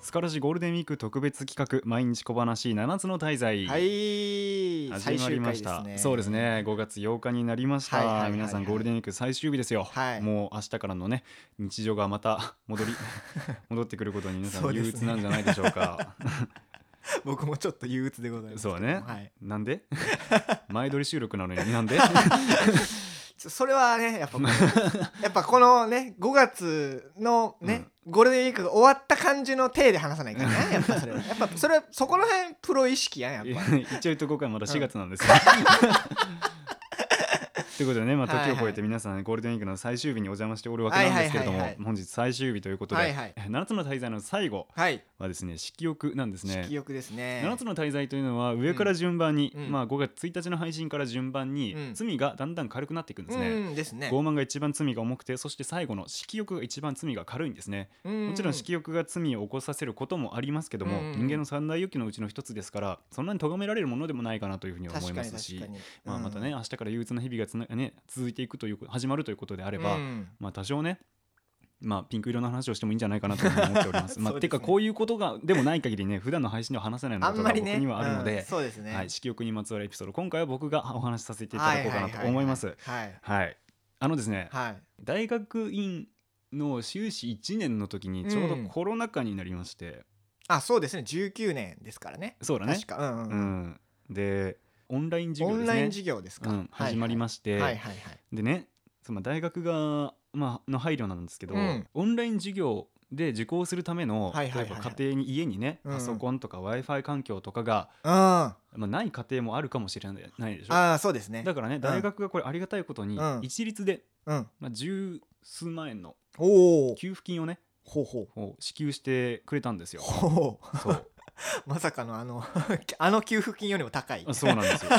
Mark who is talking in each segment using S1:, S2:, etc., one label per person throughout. S1: スカラジゴールデンウィーク特別企画毎日小話7つの滞在、
S2: はい
S1: 始まりました、
S2: 最終回
S1: そうですね5月8日になりました、
S2: はいはいはいはい
S1: 皆さんゴールデンウィーク最終日ですよ、
S2: はい
S1: もう明日からのね日常がまた戻 り戻ってくることに皆さ
S2: そ
S1: ん
S2: うで
S1: 憂
S2: すね
S1: 鬱なんじゃないでしょう か
S2: 僕もちょっと憂鬱でございます
S1: そう,、ね、
S2: はい、
S1: なん で前撮り収録なのになんで
S2: ちょそれはねやっぱ やっぱこのね5月のね、ゴールデンウィークが終わった感じの体で話さないから ねやっぱそれはやっぱそれはそこら辺プロ意識やんやっぱ
S1: 一応言っとこうかまだ4月なんですよということでね、まあ、
S2: は
S1: 時
S2: いは
S1: を
S2: い
S1: 超えて皆さん、ゴールデンウィークの最終日にお邪魔しておるわけなんですけれども、
S2: はいはいはいは
S1: 本日最終日ということで、
S2: はいはい
S1: 7つの滞在の最後
S2: はい
S1: はですね色欲なんですね
S2: 記憶ですね
S1: 7つの滞在というのは上から順番に、
S2: うんうん
S1: まあ、5月1日の配信から順番に
S2: うん
S1: 罪がだんだん軽くなっていくんですね。
S2: うんですね
S1: 傲慢が一番罪が重くてそして最後の色欲が一番罪が軽いんですねも
S2: も
S1: ちろん色欲が罪を起こさせることもありますけども、
S2: うんうん
S1: 人間の三大欲求のうちの一つですからそんなに咎められるものでもないかなというふうに思い
S2: 確
S1: ま
S2: かに
S1: す
S2: 確
S1: し
S2: か、に、
S1: まあ、また
S2: う
S1: ね
S2: ん
S1: 明日から憂鬱な日々がつな、ね、続いていくという始まるということであれば、
S2: うん
S1: まあ、多少ね、まあ、ピンク色の話をしてもいいんじゃないかなというふうに思 っております。まあ、
S2: そうですね
S1: てかこういうことがでもない限りね普段の配信では話せないようなん
S2: あ
S1: こと
S2: ま
S1: が
S2: り
S1: 僕
S2: ね
S1: にはあるので、
S2: うんそうですね
S1: はい、色欲にまつわるエピソード今回は僕がお話しさせていただこうかなと思います。はい
S2: はいはい
S1: あのですね、
S2: はい
S1: 大学院の修士1年の時にちょうど
S2: うん
S1: コロナ禍になりまして、
S2: あそうですね19年ですからね
S1: そうだね
S2: 確か、うん
S1: う
S2: うん
S1: ん、でオンライン授
S2: オ
S1: 業で
S2: ン
S1: す
S2: ライン
S1: ね
S2: 授業ですか、
S1: うん、始まりま
S2: し
S1: して、
S2: はいはいはい
S1: でねその大学が、まあの配慮なんですけど、
S2: うん
S1: オンライン授業で受講するための、
S2: はいはいはいはい
S1: 例えば家庭に家にね、
S2: うん
S1: パソコンとか w i f i 環境とかが、
S2: うん
S1: まあ、ない家庭もあるかもしれないないでしょ
S2: ああそうですね
S1: だからね大学がこれありがたいことに、
S2: うん
S1: 一律で、
S2: うん
S1: まあ、十数万円の
S2: おお
S1: 給付金をね
S2: ほうほう
S1: こう支給してくれたんですよ。
S2: ほ
S1: そう
S2: う まさかのあの あの給付金よりも高い
S1: あそうなんですよ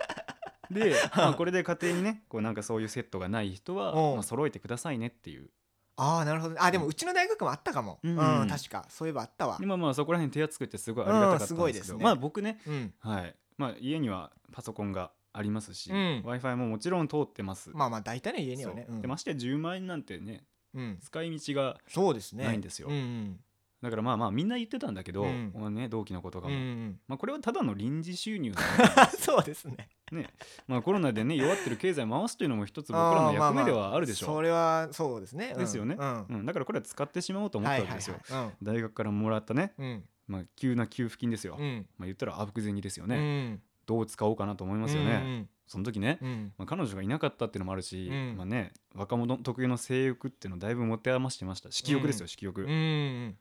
S1: で、まあ、これで家庭にねこうなんかそういうセットがない人は、
S2: うん
S1: まあ揃えてくださいねっていう
S2: ああなるほどねあでもうちの大学もあったかも
S1: う
S2: うんん、
S1: うん
S2: 確かそういえばあったわ
S1: でまあまあそこら辺手厚くてすごいありがたかったんですけど、
S2: うんすごいですね
S1: まあ僕ね、
S2: うん
S1: はいまあ、家にはパソコンがありますし、
S2: うん
S1: w i f i ももちろん通ってます。
S2: まあまあ大体の家にはね
S1: そううんでましてや10万円なんてね
S2: うん
S1: 使い道が
S2: そうですね
S1: ないんですよ
S2: うんうん
S1: だからまあまあみんな言ってたんだけど、
S2: うん
S1: まあね、同期の子とか
S2: うん
S1: も、
S2: うん
S1: まあ、これはただの 臨時収入だ
S2: そうですね
S1: ねまあコロナでね弱ってる経済回すというのも一つ僕らの役目ではあるでしょう、
S2: それはそうですねうん
S1: ですよね
S2: うん
S1: うん、だからこれは使ってしまおうと思ったわけですよ、
S2: はいはいはい
S1: 大学からもらったね、
S2: うんうん
S1: まあ、急な給付金ですよ、
S2: う
S1: まあ、
S2: ん
S1: 言ったらあぶく銭ですよ
S2: う
S1: ね、
S2: ん
S1: どう使おうかなと思いますよね、その時ね、
S2: うんうん
S1: まあ、彼女がいなかったっていうのもあるし、
S2: うん
S1: まあね、若者特有の性欲っていうのをだいぶ持て余してました色欲ですよ、
S2: うん
S1: 色欲、
S2: うんうん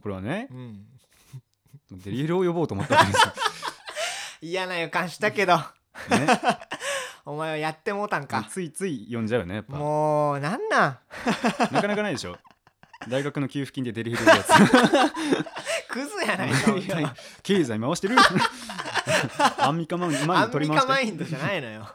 S1: これはね
S2: う、ん
S1: デリヘルを呼ぼうと思ったわけです
S2: 嫌な予感した けど
S1: よ、ね、
S2: お前はやってもうたんか
S1: ついつい呼んじゃうよねやっぱ
S2: もうなんなん
S1: なかなかないでしょ大学の給付金でデリヘル呼ぶやつ
S2: クズや ないか
S1: いや経済回 してるアンミカマインマイ
S2: ア
S1: ン
S2: ン
S1: 取
S2: ミ
S1: り回
S2: カ
S1: して
S2: マインドじゃない のよ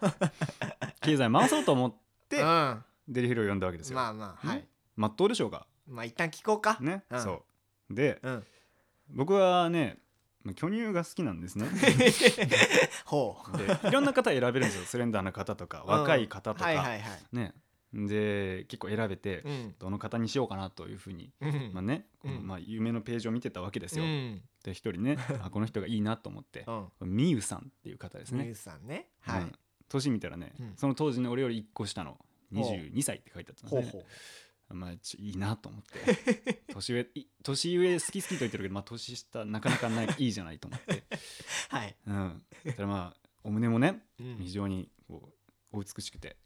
S1: 経済回そうと思っ
S2: うん
S1: て
S2: ま
S1: デリヘルを呼んだわけですよ、
S2: あまあはい
S1: ねまっとうでしょうか
S2: まあ一旦聞こうか
S1: ね、
S2: うん
S1: そうで
S2: うん
S1: 僕はねまあ巨乳が好きなんです ね
S2: ほう
S1: でいろんな方選べるんですよスレンダーな方とか
S2: うん
S1: 若い方とか、
S2: はいはいはい
S1: ねで結構選べて、
S2: うん
S1: どの方にしようかなというふうに、
S2: うん
S1: まあね、
S2: うん
S1: まあ、夢のページを見てたわけですよ、
S2: うん
S1: で一人 ねあこの人がいいなと思って
S2: うん
S1: みゆさんっていう方です
S2: ミュ
S1: ね
S2: ー、さんねは
S1: う
S2: い
S1: ん年見たらね、
S2: うん
S1: その当時の俺より1個下の
S2: ほう
S1: 22歳って書いてあったんです
S2: ほ
S1: ね
S2: うほう
S1: まあ、ちょいいなと思って年上い年上好き好きと言ってるけど、まあ、年下なかなかないいいじゃないと思って、
S2: はい
S1: うん、そしたらまあお胸もね
S2: う
S1: 非
S2: ん
S1: 常にこうお美しくて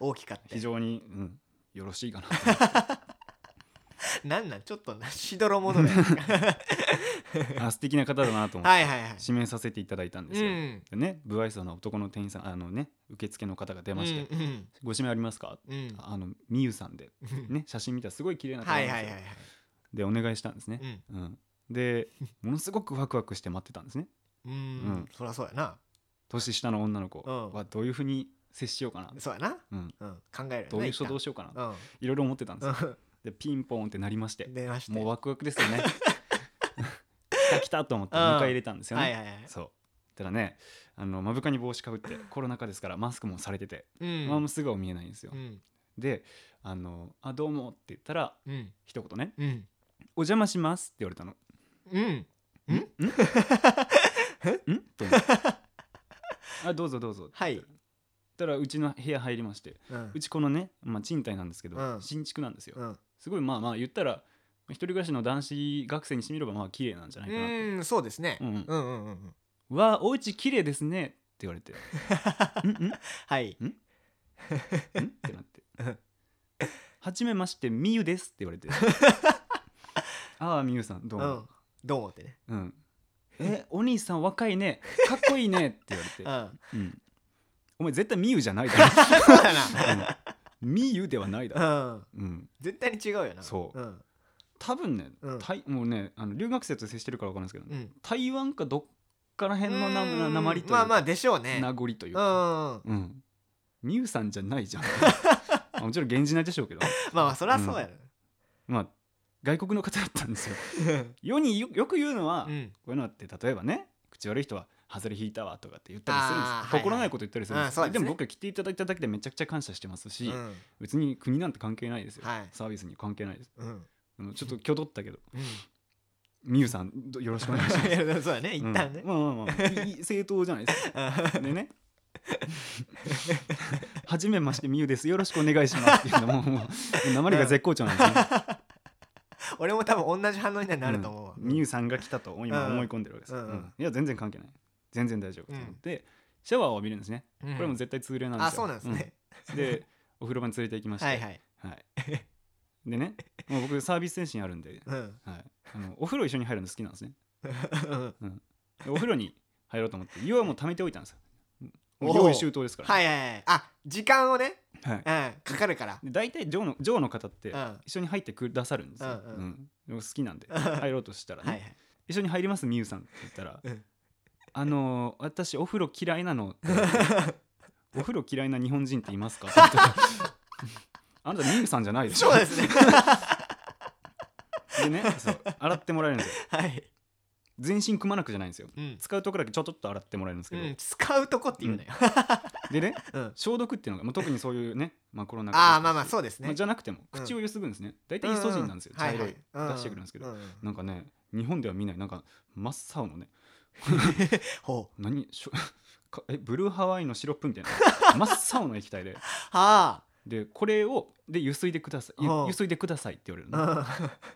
S2: 大きかった
S1: 非常に、うん、よろしいかなと
S2: なんなんちょっとなしどろもど ろや
S1: あ素敵な方だなと思って
S2: はいはいはい
S1: 指名させていただいたんです
S2: う
S1: よ、
S2: ん
S1: でね不愛想な男の店員さんあのね受付の方が出まして、
S2: うんうん
S1: ご指名ありますか、
S2: うん
S1: あのみゆさんで、ね、写真見たらすごい綺麗な方な
S2: は
S1: んで
S2: い
S1: すよ
S2: はいはいはい
S1: でお願いしたんですね
S2: う、ん
S1: うんでものすごくワクワクして待ってたんですね
S2: う
S1: うん
S2: んそりゃそうやな
S1: 年下の女の子
S2: うん
S1: はどういうふうに接しようかな、
S2: そうやな
S1: うん、
S2: うん考えるよね
S1: どういう
S2: 一旦
S1: 処方しようかな
S2: うん
S1: いろいろ思ってたんですよ
S2: うん
S1: でピンポンってなりまして
S2: 出ました
S1: もうワクワクですよ ね来た来たと思って
S2: うん
S1: 迎え入れたんですよね、
S2: はいはいはい
S1: そうたらねあの目深に帽子かぶってコロナ禍ですからマスクもされてて、
S2: うん
S1: まあ、素顔見えないんですよ、
S2: うん
S1: であの「あどうも」って言ったら
S2: うん
S1: 一言ね
S2: うん
S1: 「お邪魔しますって言われたの
S2: うんん
S1: んんと思っ てあどうぞどうぞ
S2: はい
S1: って言ったらうちの部屋入りまして
S2: うん
S1: うちこのね、まあ、賃貸なんですけど、
S2: うん
S1: 新築なんですよ、
S2: うん
S1: すごいまあまあ言ったらまあ一人暮らしの男子学生にしてみればまあ綺麗なんじゃないかなと
S2: うんそうですね
S1: うん
S2: うんうんうんうん
S1: 「わあお家綺麗ですね」って言わ れて「うんうん
S2: はい
S1: うん?」ってなって「はじめましてみゆです」って言わ れて「ああみゆさんどう
S2: う
S1: も
S2: んどうもってね」
S1: うんえお兄さん若いねかっこいいね」って言われて
S2: う
S1: 「
S2: ん
S1: うんお前絶対みゆじゃないだろ
S2: そうだ」
S1: うん「みゆではないだろ」
S2: なうん
S1: うん、
S2: 絶対に違うよな
S1: そう
S2: うん
S1: 多分ね、
S2: うん
S1: 台もうねあの留学生と接してるから分かるんですけどね、
S2: うん
S1: 台湾かどっから辺のなななまりというか、
S2: まあまあでしょうね
S1: 名残という
S2: う
S1: か、
S2: んうん
S1: うん。ミュウさんじゃないじゃん。まあもちろん源氏なんでしょうけど、
S2: まあまあそりゃそうや
S1: まあ外国の方だったんですよ。
S2: ろ
S1: 世によよく言うのは、
S2: う
S1: こ
S2: ん
S1: ういうのって例えばね、口悪い人は外れ引いたわとかって言ったりするんです
S2: あーはい。はい
S1: 心ないこと言ったりするんです。
S2: うんそうですね
S1: も僕は来ていただいただけでめちゃくちゃ感謝してますし、
S2: うん
S1: 別に国なんて関係ないですよ。
S2: はい
S1: サービスに関係ないです。
S2: うん
S1: あのちょっと挙動ったけど、
S2: うん
S1: ミュウさんどよろしくお願いします。
S2: いやそうだ ね一旦ね
S1: うん、まあまあまあいい正当じゃないですか。でね「はじめましてみゆですよろしくお願いします」っていうのももう鉛が絶好調なんですね。
S2: 俺も多分同じ反応になると思うわ
S1: みゆさんが来たと今
S2: うん
S1: 思い込んでるわけです、
S2: うんうん
S1: うんいや全然関係ない全然大丈夫と思って、シャワーを浴びるんですね
S2: うん
S1: これも絶対通例なんですよ、
S2: あそうなんですね
S1: うんでお風呂場に連れて行きまして
S2: はいはい
S1: はいでねもう僕サービス精神あるんで、
S2: うん
S1: はい、あのお風呂一緒に入るの好きなんですね
S2: うん
S1: でお風呂に入ろうと思って湯はもう溜めておいたんですよ
S2: おお
S1: 用意周到ですから、
S2: はいはいはいあ時間をね
S1: はい
S2: うんかかるから
S1: で大体ジョーのジョーの方って
S2: うん
S1: 一緒に入ってくださるんですよ、
S2: うんうん
S1: でも好きなんで
S2: うん
S1: 入ろうとしたら、ね
S2: はいはい
S1: 一緒に入りますみゆさん」って言ったら「
S2: うん
S1: あのー私お風呂嫌いなの」っ て言われてお風呂嫌いな日本人っていますか?」って言ったらあなたみゆさんじゃないでしょ」
S2: そうですね
S1: でねそう洗ってもらえるんですよ
S2: はい
S1: 全身くまなくじゃないんですよ
S2: うん
S1: 使うとこだけちょっとっと洗ってもらえるんですけど、
S2: うん使うとこって言うなよ
S1: でね
S2: うん
S1: 消毒っていうのが、まあ、特にそういうね、まあ、コロナ禍
S2: ああ
S1: ですし
S2: まあまあそうです
S1: ま
S2: ね
S1: あじゃなくても
S2: うん
S1: 口をゆすぐんですね、大体イソジンなんですよ、茶色い、出してくるんですけど、
S2: うう
S1: なんかね日本では見ないなんか真っ青のね
S2: ほう
S1: 何しょ かえブルーハワイのシロップみたい な真っ青の液体で
S2: は
S1: でこれをで湯すいでくださいゆ
S2: うん
S1: ゆすいでくださいって言われるの、
S2: あ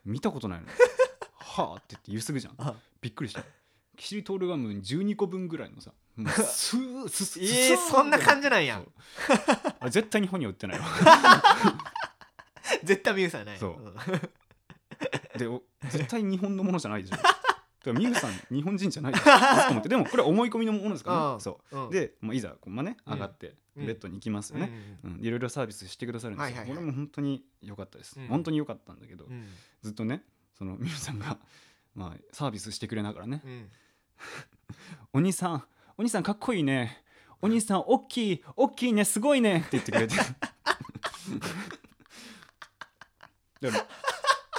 S1: 見たことないのはあって言ってゆすぐじゃん
S2: うん
S1: びっくりしたキシリトールガム12個分ぐらいのさもう スースス
S2: えーそんな感じなんや
S1: そうあ絶対日本には売ってないわ
S2: 絶対ミュウさんない
S1: そうんでお絶対日本のものじゃないで しょだからミユさん日本人じゃないでしょと思ってでもこれは思い込みのものですから
S2: うん
S1: ねそう
S2: うん
S1: で、まあ、いざこう、まあね、
S2: うん
S1: 上がって
S2: うん
S1: ベッドに行きますよね、うんいろいろサービスしてくださるんですよ、
S2: はいはいはい
S1: 俺も本当に良かったです、
S2: うん
S1: 本当に良かったんだけど、
S2: うんうん
S1: ずっとねそのミュウさんが、まあ、サービスしてくれながらね、
S2: うん
S1: お兄さんお兄さんかっこいいねお兄さんおっきいおっきいねすごいねって言ってくれてでも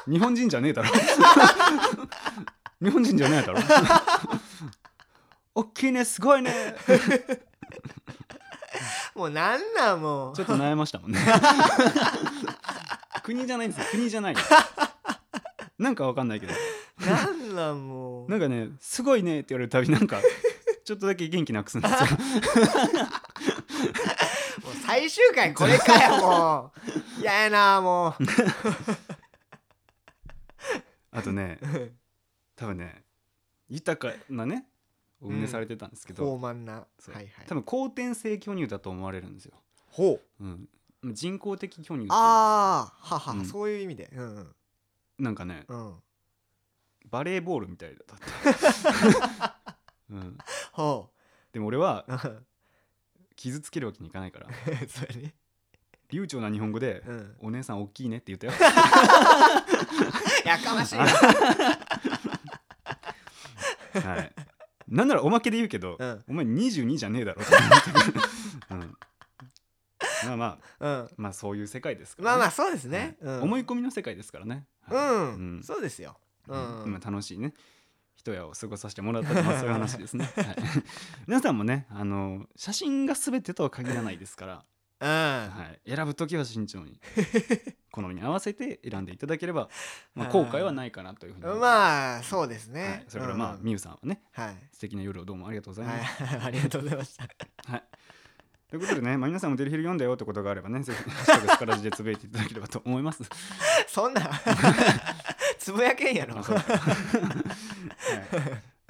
S1: 日本人じゃねえだ ろ日本人じゃねえだろおっきいねすごいね
S2: もうなんなんもう
S1: ちょっと悩ましたもんね。 国じゃないんですよ。国じゃない。なんかわかんないけど、
S2: なんなんもう
S1: なんかね、すごいねって言われるたびなんか。ちょっとだけ元気なくすんですよ。
S2: もう最終回これかよもう嫌やなもう
S1: あとね、多分ね、豊かなね、おうねされてたんです けど、
S2: 傲慢なは
S1: そう
S2: いはい
S1: 多分後天性巨乳だと思われるんですよ。
S2: ほう
S1: うん、人工的巨乳って
S2: ああはは、
S1: うん
S2: そういう意味でうんうん
S1: なんかね、
S2: うん
S1: バレーボールみたいだった。 うん、
S2: ほ
S1: でも俺は
S2: う うん
S1: 傷つけるわけにいかないから
S2: それね
S1: 流暢な日本語で
S2: うん
S1: お姉さん大きいねって言ったよ
S2: やかましいな
S1: はいなんならおまけで言うけど、
S2: うん
S1: お前22じゃねえだろ って思ってるうんまあまあ
S2: うん
S1: まあそういう世界ですから、
S2: まあまあそうです
S1: あ
S2: ね、うん、
S1: 思い込みの世界ですからね、
S2: う
S1: はい
S2: ん、
S1: うん
S2: そうですようん、
S1: 今楽しいね一夜を過ごさせてもらったとまあそういう 話ですね、はい、皆さんもねあの写真が全てとは限らないですから
S2: うん、は
S1: はい、選ぶ時は慎重 に好みに合わせて選んでいただければ、まあ、後悔はないかなというふう
S2: い、
S1: に思いま
S2: まあそうです
S1: す
S2: ね、
S1: はい、それからまあ
S2: うん
S1: みゆ、さんはね
S2: はい、
S1: 素敵な夜をどうもありがとうございます、
S2: はい、 ありがとうございました
S1: はい。ということでね、まあ、皆さんもデリヘル読んだよってことがあればね、ぜひ、ハッシュタグスカラジでつぶやいていただければと思います。
S2: そんなつぶやけんやろ
S1: あそう はい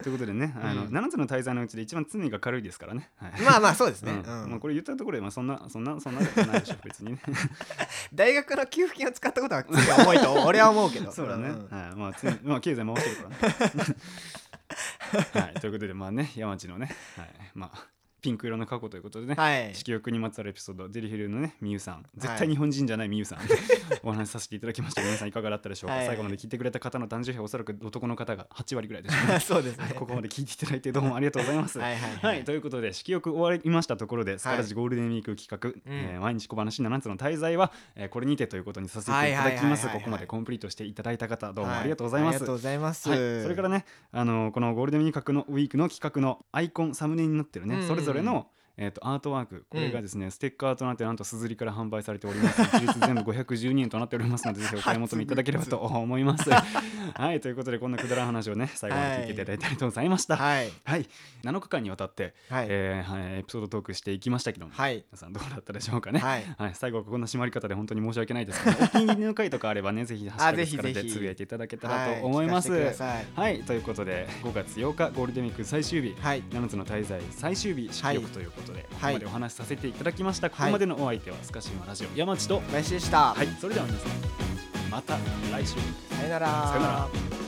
S1: ということでね、あの、
S2: うん
S1: 7つの滞在のうちで一番罪が軽いですからね。はい
S2: まあまあそうです
S1: う
S2: ね、
S1: ん
S2: うん
S1: まあ、これ言ったところで、まあ、そんなそんなそんなことないでしょ別 にね
S2: 大学の給付金を使ったことは罪が重いと 俺は思うけど
S1: そうだね、
S2: ん
S1: はいまあ、罪まあ経済回してる からねはいということでまあね山地のね、はいまあ、ピンク色の過去ということでね、
S2: はい
S1: 色欲にまつわるエピソードデリヘルのねみゆさん絶対日本人じゃないみ ゆさん、お話しさせていただきました皆さんいかがだったでしょうか、
S2: はい
S1: 最後まで聞いてくれた方の男女比はおそらく男の方が8割ぐらいでしょ うね
S2: そうですね
S1: はいここまで聞いていただいてどうもありがとうございます。
S2: はいはいはい
S1: ということで色欲終わりましたところでスカラジゴールデンウィーク企画、えー毎日小話7つの滞在は、えーこれにてということにさせていただきます。
S2: はいはいはいはいは
S1: こ
S2: い
S1: こまでコンプリートしていただいた方どうもありがとうございま
S2: あり
S1: す。
S2: がとうございます、
S1: はい、それからね、あのこのゴールデンウィークのウィークの企画のアイコンサムネになってるね、
S2: うんうん
S1: それぞれの、えー、とアートワークこれがですね、ステッカーとなってなんとすずりから販売されており ます一律全部512円となっておりますのでぜひお買い求めいただければと思いますはいということでこんなくだらん話をね最後まで聞いていただいてありがとうございましたはい、
S2: はい
S1: 7日間にわたって、
S2: はい、
S1: えーはいエピソードトークしていきましたけども、
S2: はい
S1: 皆さんどうだったでしょうかね
S2: はい
S1: はい、最後はこんな締まり方で本当に申し訳ない ですけど、お気に入りの回とかあればね、ぜひハッシュタグ
S2: ぜ
S1: ス
S2: ひ
S1: カラで
S2: ぜひ
S1: つぶやいていただけた
S2: は
S1: ら
S2: い
S1: と思います。
S2: 聞か
S1: は
S2: せ
S1: い
S2: てください、
S1: ということで5月8日ゴールデンウィーク最終日、
S2: はい
S1: 7つの滞在最終日
S2: は
S1: 式
S2: い
S1: 力ということで、ここ
S2: はい
S1: までお話しさせていただきました。ここまでのお相手はスカシウマラジオ山地と、
S2: 林でした、
S1: はい、それでは皆さんまた来週
S2: さよなら
S1: さよなら。